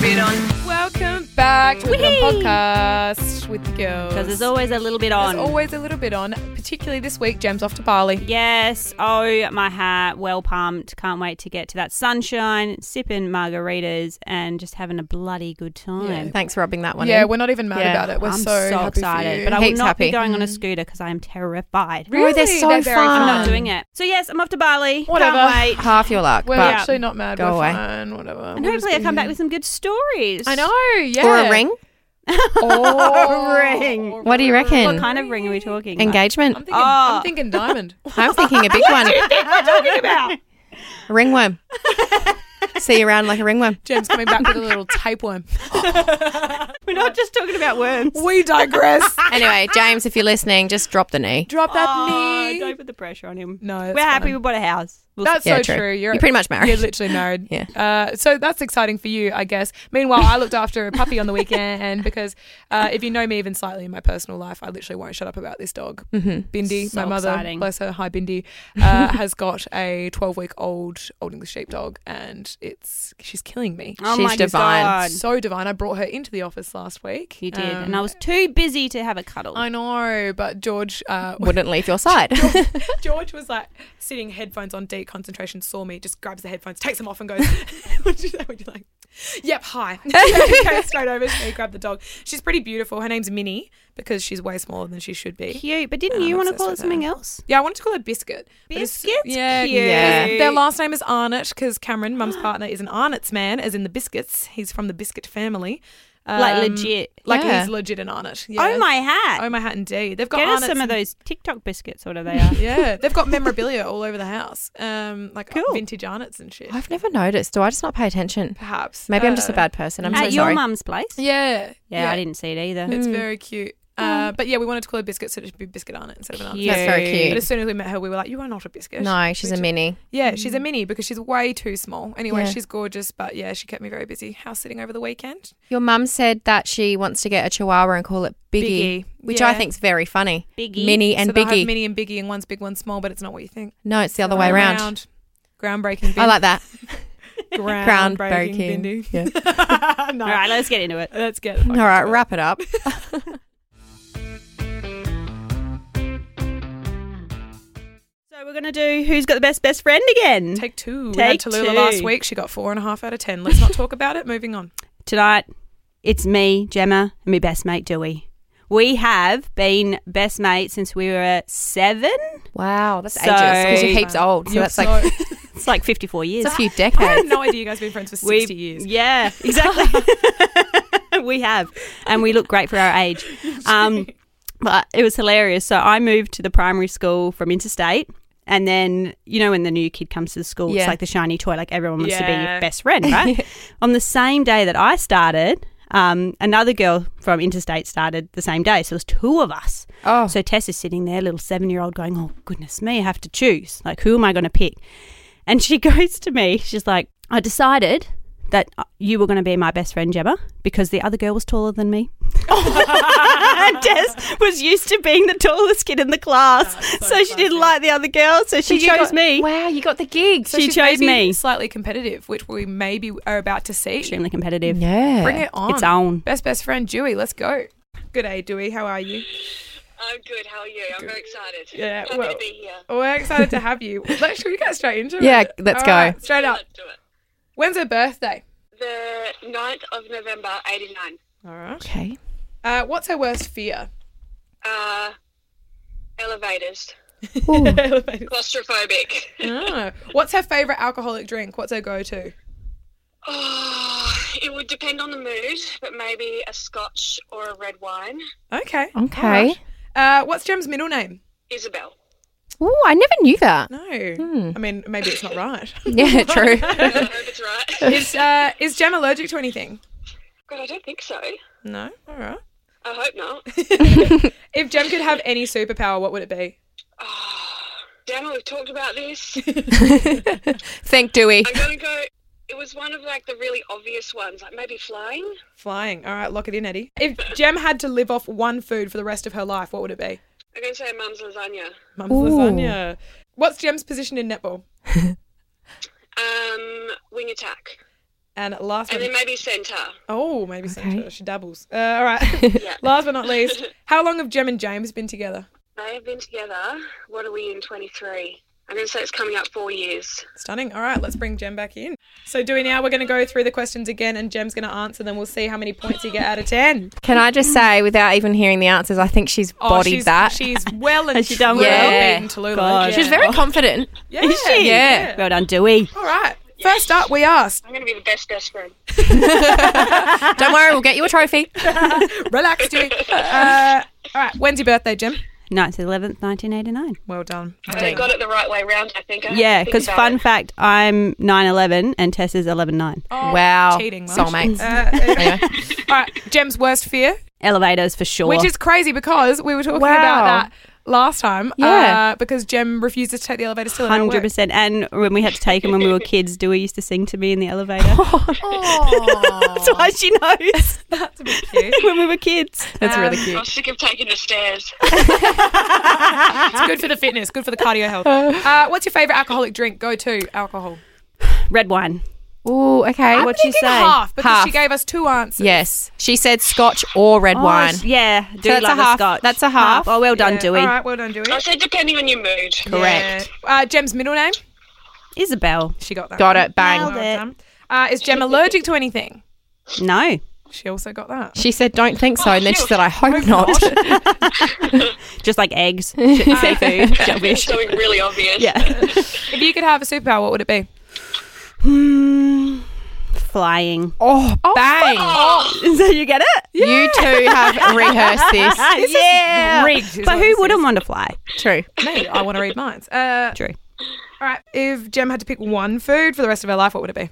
bit on. Welcome back to the Whee! podcast with the girls. Because there's always a little bit on. There's always a little bit on, particularly this week. Jam's off to Bali. Yes. Oh, my heart. Well pumped. Can't wait to get to that sunshine, sipping margaritas, and just having a bloody good time. Thanks for rubbing that one Yeah, in. we're not even mad Yeah, about it. We're I'm so, happy excited, For you. but I will Heaps not be happy. going on a scooter because I am terrified. Really? Oh, they're so They're very fun. I'm not doing it. So yes, I'm off to Bali. Whatever. Can't wait. Half your luck. We're but- actually not mad. Go We're away. fine. Whatever. And We'll just hopefully, I be come back here. with some good stories. I know. Yeah. Or a ring. Or A ring. What do you reckon? What kind of ring are we talking? about? Engagement. I'm thinking, Oh. I'm thinking diamond. I'm thinking a big one. Talking about. Ringworm. See you around like a ringworm. Jam's coming back with a little tapeworm. We're not just talking about worms. We digress. Anyway, James, if you're listening, just drop the knee. Drop that Oh, knee. Don't put the pressure on him. No, we're that's happy fine. we bought a house. We'll That's Yeah, so true. true. You're, You're pretty much married. You're literally married. Yeah. Uh, so that's exciting for you, I guess. Meanwhile, I looked after a puppy on the weekend because uh, if you know me even slightly in my personal life, I literally won't shut up about this dog. Bindi, Mm-hmm. So my mother, exciting. bless her, hi Bindi, uh, has got a 12 week old Old English Sheepdog and it's she's killing me. Oh She's my divine. God. So divine. I brought her into the office last week. You did, Um, and I was too busy to have a cuddle. I know, but George uh, Wouldn't leave your side. George was like sitting headphones on deep concentration, saw me, just grabs the headphones, takes them off and goes, What'd you say? What'd you like? Yep, hi. Came straight over to me, grabbed the dog. She's pretty beautiful. Her name's Minnie because she's way smaller than she should be. Cute, but didn't And you I'm want to obsessed call it with something her. else? Yeah, I wanted to call her Biscuit. but it's- Biscuits, Yeah, cute. yeah. Their last name is Arnott because Cameron, mum's partner, is an Arnott's man, as in the biscuits. He's from the biscuit family. Like Um, legit. Like Yeah. he's legit an Arnott. Oh yeah. my hat! Oh my hat indeed. They've got Get us Arnott's some of and- those TikTok biscuits, whatever they are. Yeah, they've got memorabilia all over the house, um, like Cool. vintage arnets and shit. I've never noticed. Do I just not pay attention? Perhaps Maybe I'm just a Uh, bad person. I'm so At your sorry. mum's place. Yeah, Yeah, I didn't see it either. It's very cute. Uh, but yeah, we wanted to call her biscuit, so it should be biscuit arnet instead of an arnet. Cute. That's very But cute. as soon as we met her, we were like, "You are not a biscuit." No, she's a mini. Yeah, she's a mini because she's way too small. Anyway, Yeah. she's gorgeous, but yeah, she kept me very busy house sitting over the weekend. Your mum said that she wants to get a chihuahua and call it Biggie, Biggie. which Yeah. I think's very funny. Biggie. Mini and so they'll Biggie. have mini and biggie, and one's big, one's small, but it's not what you think. no, it's the other way around. Groundbreaking. I like that. groundbreaking. Groundbreaking. Bindi. Yeah. no, All right, let's get into it. let's get. All right, wrap it up. So we're gonna do who's got the best best friend again Take two. we had Take Tallulah two. last week. She got four and a half out of ten. Let's not talk about it. Moving on. tonight. It's me, Gemma, and my best mate Dewey. We have been best mates since we were seven. Wow, that's ages. So- Because you're heaps old. So You're that's like It's like fifty-four years. it's a few I had decades. no idea you guys have been friends for We- 60 years. Yeah, exactly. we have, and we look great for our age. Um, but it was hilarious. So I moved to the primary school from interstate. And then, you know, when the new kid comes to the school, Yeah. it's like the shiny toy, like everyone wants to be Yeah. your best friend, right? On the same day that I started, um, another girl from interstate started the same day. So it was two of us. Oh, So Tess is sitting there, little seven year old, going, Oh, goodness me, I have to choose. Like, who am I going to pick? And she goes to me, She's like, I decided that uh, you were going to be my best friend, Gemma, because the other girl was taller than me. and Tess was used to being the tallest kid in the class. so she didn't like the other girl. So she you chose got- me. Wow, you got the gig. she she's chose maybe me. Slightly competitive, which we maybe are about to see. Extremely competitive. yeah. Bring it on. Its own. Best best friend, Dewey. Let's go. Good day, Dewey. How are you? I'm good. How are you? I'm very excited. Yeah, Happy well- to be here. We're excited to have you. Let's, should we get straight into it? Yeah, let's go. right, straight up. Let's do it. When's her birthday? The 9th of November, 89. All right. Okay. Uh, what's her worst fear? Uh, elevators. Elevators. Claustrophobic. Ah. What's her favorite alcoholic drink? What's her go-to? Oh, it would depend on the mood, but maybe a scotch or a red wine. Okay. Okay. Uh, what's Jem's middle name? Isabel. Oh, I never knew that. No. I mean, maybe it's not right. Yeah, true. I hope it's right. is uh, is Jem allergic to anything? God, I don't think so. No. All right. I hope not. If Jem could have any superpower, what would it be? Damn it, we've talked about this. Thank Dewey. I'm going to go. It was one of like the really obvious ones, like maybe flying. Flying. All right, lock it in, Eddie. If Jem had to live off one food for the rest of her life, what would it be? I'm going to say mum's lasagna. Mum's lasagna. What's Jem's position in netball? Um, wing attack. And last And but then maybe centre. oh, maybe Sandra, Okay. she dabbles. Uh, all right. Yeah. last but not least, how long have Jem and James been together? They have been together. What are we in? 23. I'm going to say it's coming up four years. Stunning. All right, let's bring Jem back in. So, Dewey, now we're going to go through the questions again, and Jem's going to answer them. We'll see how many points you get out of ten. Can I just say, without even hearing the answers, I think she's Oh, bodied she's, that. She's well and Has she done truly well? beaten Tallulah. God. Yeah. She's very confident. yeah. Is she? Yeah. Well done, Dewey. All right. First up, we asked. I'm going to be the best best friend. Don't worry, we'll get you a trophy. Relax, Dewey. Uh, all right. When's your birthday, Jem? 9th 11th, 1989. Well done. I got it the right way round, I think. I had to Yeah, think because about fun it. fact, I'm 9'11 and Tess is 11'9. wow. cheating, love. Soulmates. Uh, anyway. Anyway. All right. Jem's worst fear, Elevators for sure. which is crazy because we were talking Wow. about that last time. Yeah. Uh, because Jem refuses to take the elevator still. and it Hundred worked. percent, and when we had to take him when we were kids, Dewey used to sing to me in the elevator. That's why she knows That's a bit cute. when we were kids. Um, That's really I cute. was sick of taking the stairs. It's good for the fitness, good for the cardio health. Uh, what's your favourite alcoholic drink? Go to alcohol. Red wine. Ooh, okay. What'd you say? Thinking Half, because she Half. gave us two answers. Yes. She said scotch or red wine. Oh, yeah, Dewey that's a loves half. scotch. That's a half. Oh, well done, Yeah. Dewey. All right, well done, Dewey. I said depending on your mood. Correct. Yeah. Uh, Jem's middle name? Isabel. She got that. Got it. Bang. Nailed it. done. Uh, is Jem allergic to anything? No, She also got that. She said, don't think so. And then she said, I hope not. just like eggs, shit, seafood, shellfish. Something really obvious. Yeah. If you could have a superpower, what would it be? Hmm. Flying. oh, bang. Oh, So you get it? You two have rehearsed this. Ah, yeah. rigged, is but what who this wouldn't want to fly? True. Me. I want to read minds. Uh, True. all right. If Jem had to pick one food for the rest of her life, what would it be?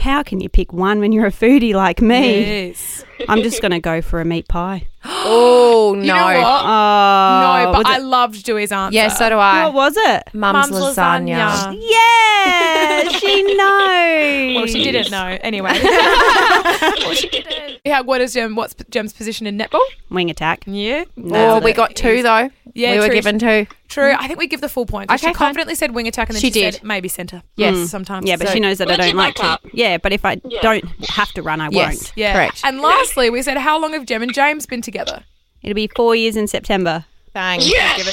How can you pick one when you're a foodie like me? Yes. I'm just gonna go for a meat pie. Oh, no. You know what? Oh, no, but was I it- loved Dewey's answer. Yeah, so do I. what was it? Mum's, Mum's lasagna. lasagna. Yeah, she knows. Well, she didn't know. Anyway. Well, she didn't. Yeah, what is Jem? What's Jem's position in netball? Wing attack. Yeah. No. oh, we got two, though. Yeah, we were true. given two. True. I think we give the full point. Okay, she fine. confidently said wing attack and then Mm. she, She did. said maybe centre. Mm. Yes. Sometimes. Yeah, but So- she knows that I Let's don't get like back to. up. Yeah, but if I Yeah. don't have to run, I Yes. won't. Yeah. Correct. And lastly, we said how long have Jem and James been together? It'll be four years in September. Bang. yes.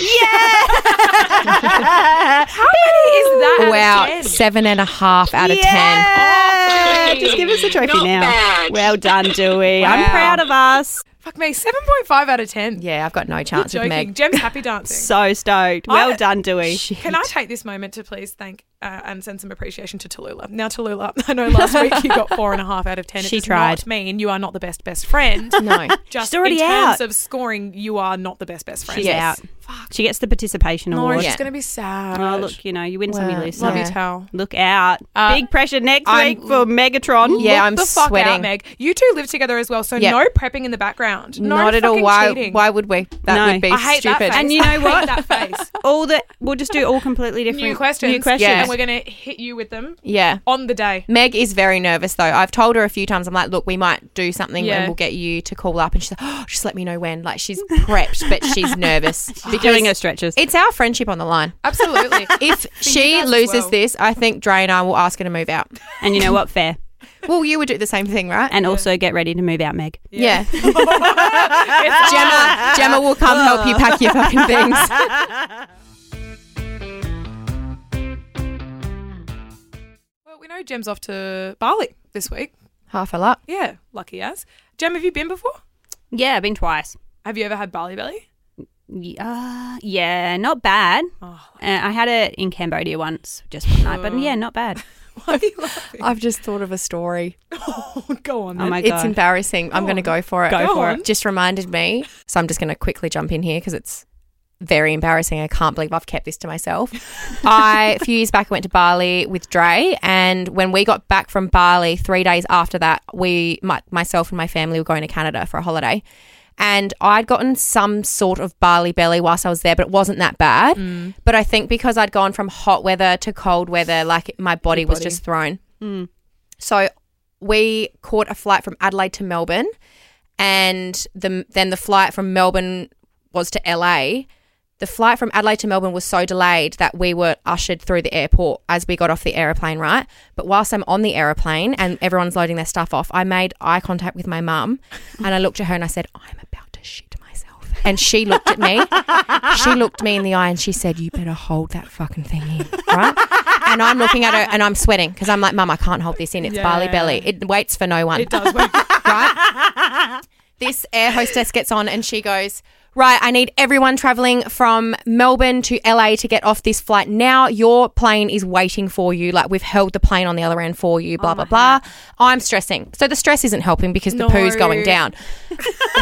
How Uh, Is that out of Wow. 10? Seven and a half out of Yeah. Oh, Just give us the trophy Not now. bad. Well done, Dewey. I'm Wow. proud of us. Fuck me. Seven point five out of ten. 10. Yeah, I've got no chance with Joking. Meg. Jem's happy dancing. So stoked. Well I- done, Dewey. Can I take this moment to please thank uh, and send some appreciation to Tallulah? Now, Tallulah, I know last week you got four and a half out of ten. She it does tried. Not mean you are not the best best friend. No. Just She's already in terms out. of scoring, you are not the best best friend. She's Yes. out. She gets the participation No, award. she's Yeah. gonna be sad. Oh, look, you know, you win some, you Well, lose love some. you, Tal. Look out. Uh, Big pressure next I'm- week for Megatron. Yeah, I'm the fuck sweating. out, Meg. You two live together as well, so Yep. no prepping in the background. No Not at all. fucking Why? cheating. Why would we? That No. would be I hate that stupid. face. And you I know hate what? that face. All that we'll just do all completely different New questions. New questions. Yeah. and we're gonna hit you with them yeah. on the day. Meg is very nervous though. I've told her a few times. I'm like, look, we might do something Yeah. and we'll get you to call up. And she's like, oh, just let me know when. Like she's prepped, but she's nervous because Doing her stretches. it's our friendship on the line. Absolutely. If guys she as loses well. this, I think Dre and I will ask her to move out. and you know what? Fair. Well, you would do the same thing, right? And also get ready to move out, Meg. yeah. It's Gemma, Gemma will come help you pack your fucking things. Well, we know Jem's off to Bali this week. Half a lot. Yeah, lucky as. Jem, have you been before? Yeah, I've been twice. Have you ever had Bali belly? Yeah, yeah not bad. Oh. Uh, I had it in Cambodia once, just one night, Oh. but yeah, not bad. Why are you laughing? I've just thought of a story. oh, go on. Oh Then. my It's god, embarrassing. I'm going to go for it. Go Go for on. it. just reminded me. So I'm just going to quickly jump in here because it's very embarrassing. I can't believe I've kept this to myself. I, a few years back, I went to Bali with Dre. And when we got back from Bali, three days after that, we, my, myself and my family were going to Canada for a holiday. And I'd gotten some sort of barley belly whilst I was there, but it wasn't that bad. But I think because I'd gone from hot weather to cold weather, like my body, was just thrown. So we caught a flight from Adelaide to Melbourne, and the, then the flight from Melbourne was to LA. the flight from Adelaide to Melbourne was so delayed that we were ushered through the airport as we got off the aeroplane, right? But whilst I'm on the aeroplane and everyone's loading their stuff off, I made eye contact with my mum and I looked at her and I said, I'm about to shit myself. And she looked at me. she looked me in the eye and she said, You better hold that fucking thing in, right? And I'm looking at her and I'm sweating because I'm like, Mum, I can't hold this in. It's barley Yeah. belly. It waits for no one It does work. right? this air hostess gets on and she goes, Right, I need everyone traveling from Melbourne to LA to get off this flight now. Your plane is waiting for you. Like, we've held the plane on the other end for you, blah, blah, blah. I'm stressing. So, the stress isn't helping because the poo's No. going down.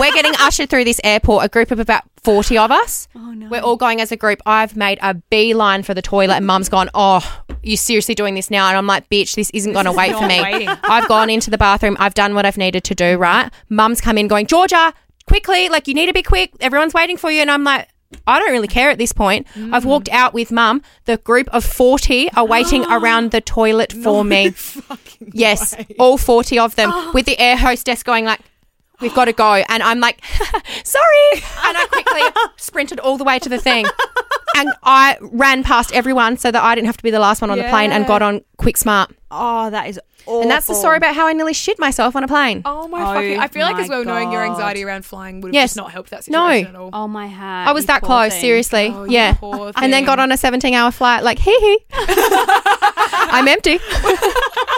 We're getting ushered through this airport, a group of about 40 of us. Oh, no. We're all going as a group. I've made a beeline for the toilet, and mum's gone, Oh, you seriously doing this now? And I'm like, Bitch, this isn't going to wait for not me. waiting. I've gone into the bathroom. I've done what I've needed to do, right? Mum's come in going, Georgia, quickly. Like, you need to be quick. Everyone's waiting for you. And I'm like, I don't really care at this point. I've walked out with mum. The group of 40 are waiting around the toilet for me. Yes, all 40 of them with the air hostess going like, we've got to go. And I'm like, sorry. And I quickly sprinted all the way to the thing. And I ran past everyone so that I didn't have to be the last one on the plane and got on quick smart. Oh, that is awful. And that's the story about how I nearly shit myself on a plane. Oh my Oh fucking! I feel like my as well knowing your God. anxiety around flying would have Yes. just not helped that No. situation at all. Oh my hat. I was you that poor close, thing. seriously. Oh, you yeah. poor And then got thing. on a 17 hour flight, like, hee hee. I'm empty.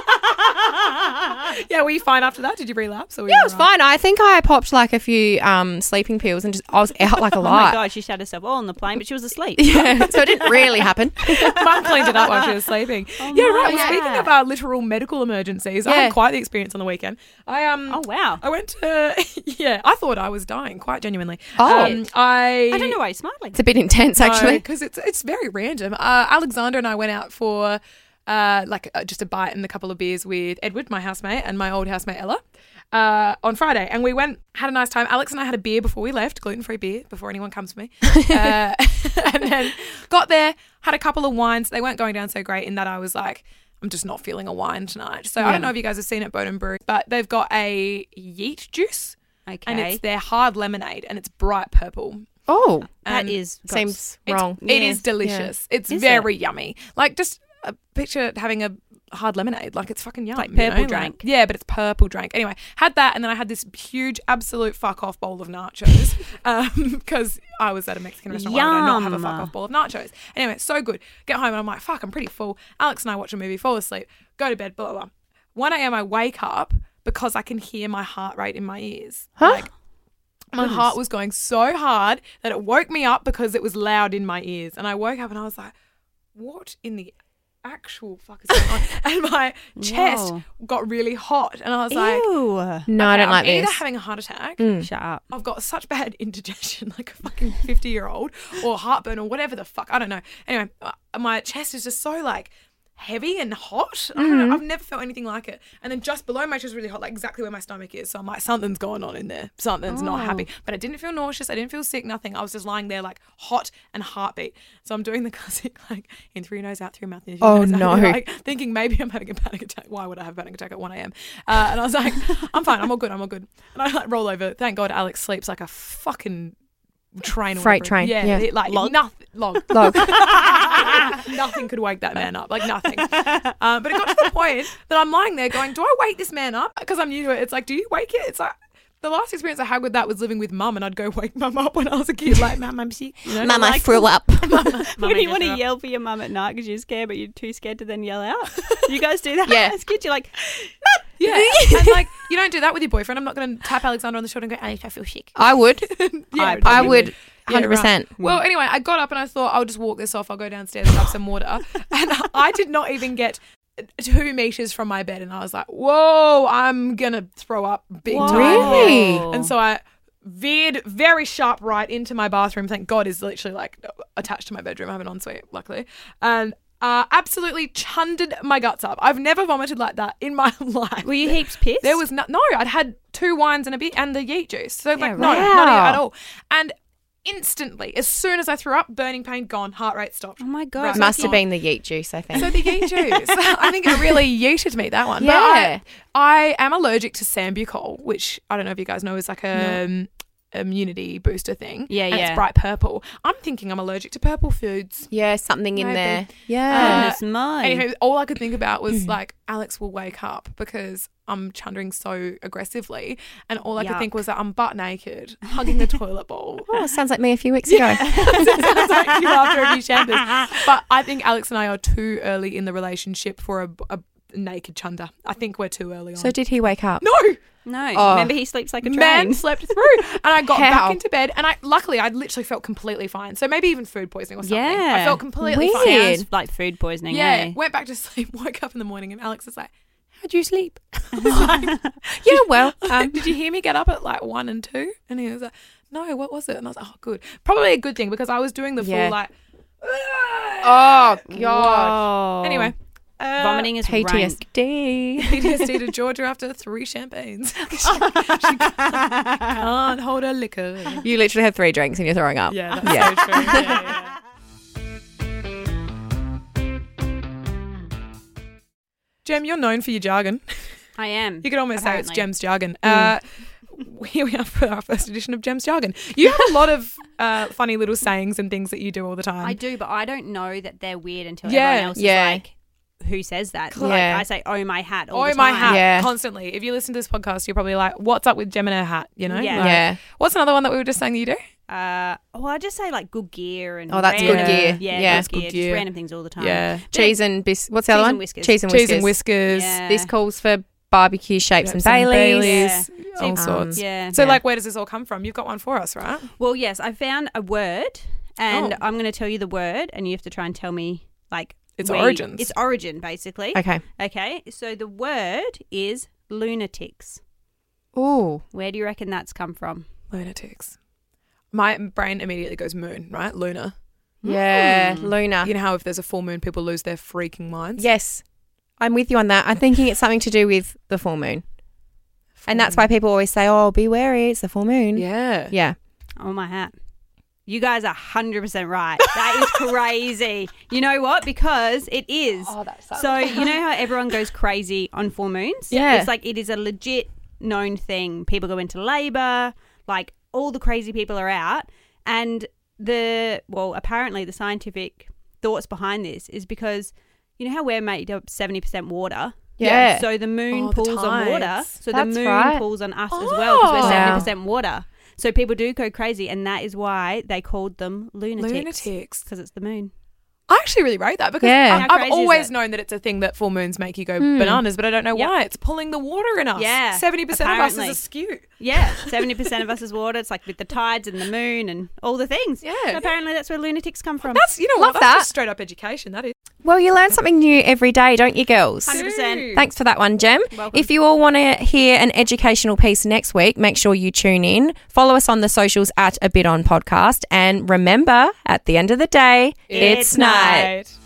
Oh Yeah, were you fine after that? Did you relapse? Or were Yeah, you it was fine. I think I popped like a few um, sleeping pills and just, I was out like a Oh my light. god, she shat herself all on the plane, but she was asleep. Yeah. So it didn't really happen. Mum cleaned it up while she was sleeping. yeah, right. Well, my speaking God. about literal medical emergencies, I Yeah. had quite the experience on the weekend. I um. Oh wow. I went to yeah. I thought I was dying quite genuinely. Oh. um, I I don't know why you're smiling. It's a bit intense, actually. because Uh, it's it's very random. Uh, Alexander and I went out for uh, like uh, just a bite and a couple of beers with Edward, my housemate, and my old housemate Ella uh, on Friday, and we went had a nice time. Alex and I had a beer before we left, gluten free beer before anyone comes to me, uh, and then got there, had a couple of wines. They weren't going down so great in that I was like. I'm just not feeling a wine tonight. So I don't know if you guys have seen it, Bowden Brew, but they've got a yeet juice Okay. and it's their hard lemonade and it's bright purple. Oh, that um, is seems It's- wrong. It Yeah. is delicious. It's Is very yummy. Like just a picture having a hard lemonade. Like it's fucking yum. Like you know? purple drink. yeah, but it's purple drink. Anyway, had that, and then I had this huge absolute fuck off bowl of nachos because I was at a Mexican restaurant. Why would I not have a Yum. fuck off bowl of nachos? Anyway, so good. Get home and I'm like, fuck, I'm pretty full. Alex and I watch a movie, fall asleep, go to bed, blah blah. blah. 1 a.m. I wake up because I can hear my heart rate in my ears. Like, my heart was going so hard that it woke me up because it was loud in my ears. And I woke up and I was like, what in the actual fuck is going on? and my chest Whoa. got really hot. And I was like, Ew. No, I "Okay, don't I'm like either this. Mm. having a heart attack. Shut up. I've got such bad indigestion, like a fucking 50 year old, or heartburn, or whatever the fuck. I don't know. Anyway, uh, my chest is just so like heavy and hot. I don't Mm-hmm. know. I've never felt anything like it. And then just below my chest was really hot, like exactly where my stomach is. So I'm like, something's going on in there. Something's not Oh. happy. But I didn't feel nauseous. I didn't feel sick, nothing. I was just lying there like hot and heartbeat. So I'm doing the classic like in through your nose, out through your mouth. in through your Oh, nose, out no. through your- like thinking maybe I'm having a panic attack. Why would I have a panic attack at 1 a.m.? Uh, and I was like, I'm fine. I'm all good. I'm all good. And I like roll over. Thank God Alex sleeps like a fucking train. or Freight whatever. train, Yeah. yeah. it- like Log. nothing. Log. Look, nothing could wake that man up. Like nothing. Um, but it got to the point that I'm lying there going, do I wake this man up? Because I'm new to it. It's like, do you wake it? It's like, the last experience I had with that was living with mum, and I'd go wake mum up when I was a kid, like, mum, I'm sick. You know? Mum, I threw up. When you want to yell for your mum at night because you're scared, but you're too scared to then yell out. you guys do that Yeah. as kids. You're like, Yeah. and like, you don't do that with your boyfriend. I'm not going to tap Alexander on the shoulder and go, Alex, I feel sick. I would. Yeah, I it I did. would. Yeah, right. 100%. Well, anyway, I got up and I thought I'll just walk this off. I'll go downstairs, grab some water, and I did not even get two meters from my bed, and I was like, "Whoa, I'm gonna throw up big time!" Really? Whoa. And so I veered very sharp right into my bathroom. Thank God is literally like attached to my bedroom. I have an ensuite, luckily, and. Uh, absolutely chunded my guts up. I've never vomited like that in my life. were you heaps pissed? There was no, no. I'd had two wines and a bit and the yeet juice. So like, Yeah, right. no, not Wow. at all. And instantly, as soon as I threw up, burning pain gone, heart rate stopped. Oh my Right. god! Must Like- have been the yeet juice, I think. So the yeet juice, I think it really yeeted me that one. Yeah. But I, I am allergic to sambucol, which I don't know if you guys know is like a. um, immunity booster thing. Yeah, and yeah. It's bright purple. I'm thinking I'm allergic to purple foods. Yeah, something in Maybe. there. Oh, Uh, Yeah. Goodness mine. Anywho, all I could think about was like Alex will wake up because I'm chundering so aggressively, and all I could think Yuck. was that I'm butt naked, hugging the toilet bowl. oh, sounds like me a few weeks ago. Sounds like you after a few shambles. But I think Alex and I are too early in the relationship for a, a naked chunder. I think we're too early on. So did he wake up? no, no, Oh. remember he sleeps like a train. man slept through, and I got How? back into bed, and I luckily I literally felt completely fine. So maybe even food poisoning or something. I Yeah. felt completely Weird. fine. Sounds like food poisoning. Yeah, eh? went back to sleep, woke up in the morning, and Alex is like, How'd you sleep? "Yeah, well, um, did you hear me get up at like one and two? And he was like, "No, what was it?" And I was like, "Oh, good, probably a good thing because I was doing the Yeah. full like." Oh, Whoa. Anyway, uh, vomiting is rank. PTSD. PTSD to Georgia after three champagnes. she, she can't hold her liquor. You literally had three drinks and you're throwing up. Yeah, that's Yeah. so true. Jem, you're known for your jargon. I am. You could almost say Apparently. Hmm. it's Jem's jargon. Uh, here we are for our first edition of Jem's jargon. You have a lot of uh, funny little sayings and things that you do all the time. I do, but I don't know that they're weird until Yeah. everyone else Yeah. is like, "Who says that?" Like, Yeah. I say, "Oh my hat." All Oh the my time. hat! Yeah. Constantly. If you listen to this podcast, you're probably like, "What's up with Gem and her hat?" You know. Yeah. Like, Yeah. What's another one that we were just saying that you do? Uh, well, I just say like good gear and Oh, that's random, good gear. Yeah, Yeah. good Good gear. gear. Just random things all the time. Cheese and bis- what's the Cheese other and one? whiskers. Cheese and whiskers. Cheese and whiskers. Yeah. This calls for barbecue shapes and Chips and Baileys. Baileys, Yeah. all Um, sorts. Yeah. So, Yeah. like, where does this all come from? You've got one for us, right? Well, yes, I found a word, and Oh. I'm going to tell you the word, and you have to try and tell me like Its where- origins. Its origin, basically. Okay. Okay. So the word is lunatics. Ooh. Where do you reckon that's come from? Lunatics. My brain immediately goes moon, right? Lunar. Yeah. Mm. Luna. You know how if there's a full moon, people lose their freaking minds. Yes. I'm with you on that. I'm thinking it's something to do with the full moon. And that's why people always say, oh, be wary. It's the full moon. Yeah. Yeah. Oh my hat. You guys are hundred percent right. That is crazy. You know what? Because it is. Oh, that's so. you know how everyone goes crazy on full moons? Yeah. It's like it is a legit known thing. People go into labor. Like all the crazy people are out, and the well, apparently the scientific thoughts behind this is because you know how we're made up seventy percent water. Yeah. So the moon Oh, the pulls on water. tides. So That's the moon right. pulls on us as well because Oh. we're Wow. seventy percent water. So people do go crazy, and that is why they called them lunatics Lunatics. because it's the moon. I actually really rate that because Yeah. Hmm. I- How I've crazy is always it? known that it's a thing that full moons make you go bananas, but I don't know Yep. why. It's pulling the water in us. Yeah, 70% of us is apparently. askew. Yeah, seventy percent of us is water. It's like with the tides and the moon and all the things. Yeah. So apparently that's where lunatics come from. That's, you know Love what? That's that. just straight up education. That is. Well, you learn something new every day, don't you, girls? 100%. Thanks for that one, Jem. Welcome. If you all want to hear an educational piece next week, make sure you tune in. Follow us on the socials at A Bit On Podcast. And remember, at the end of the day, it's, night. night.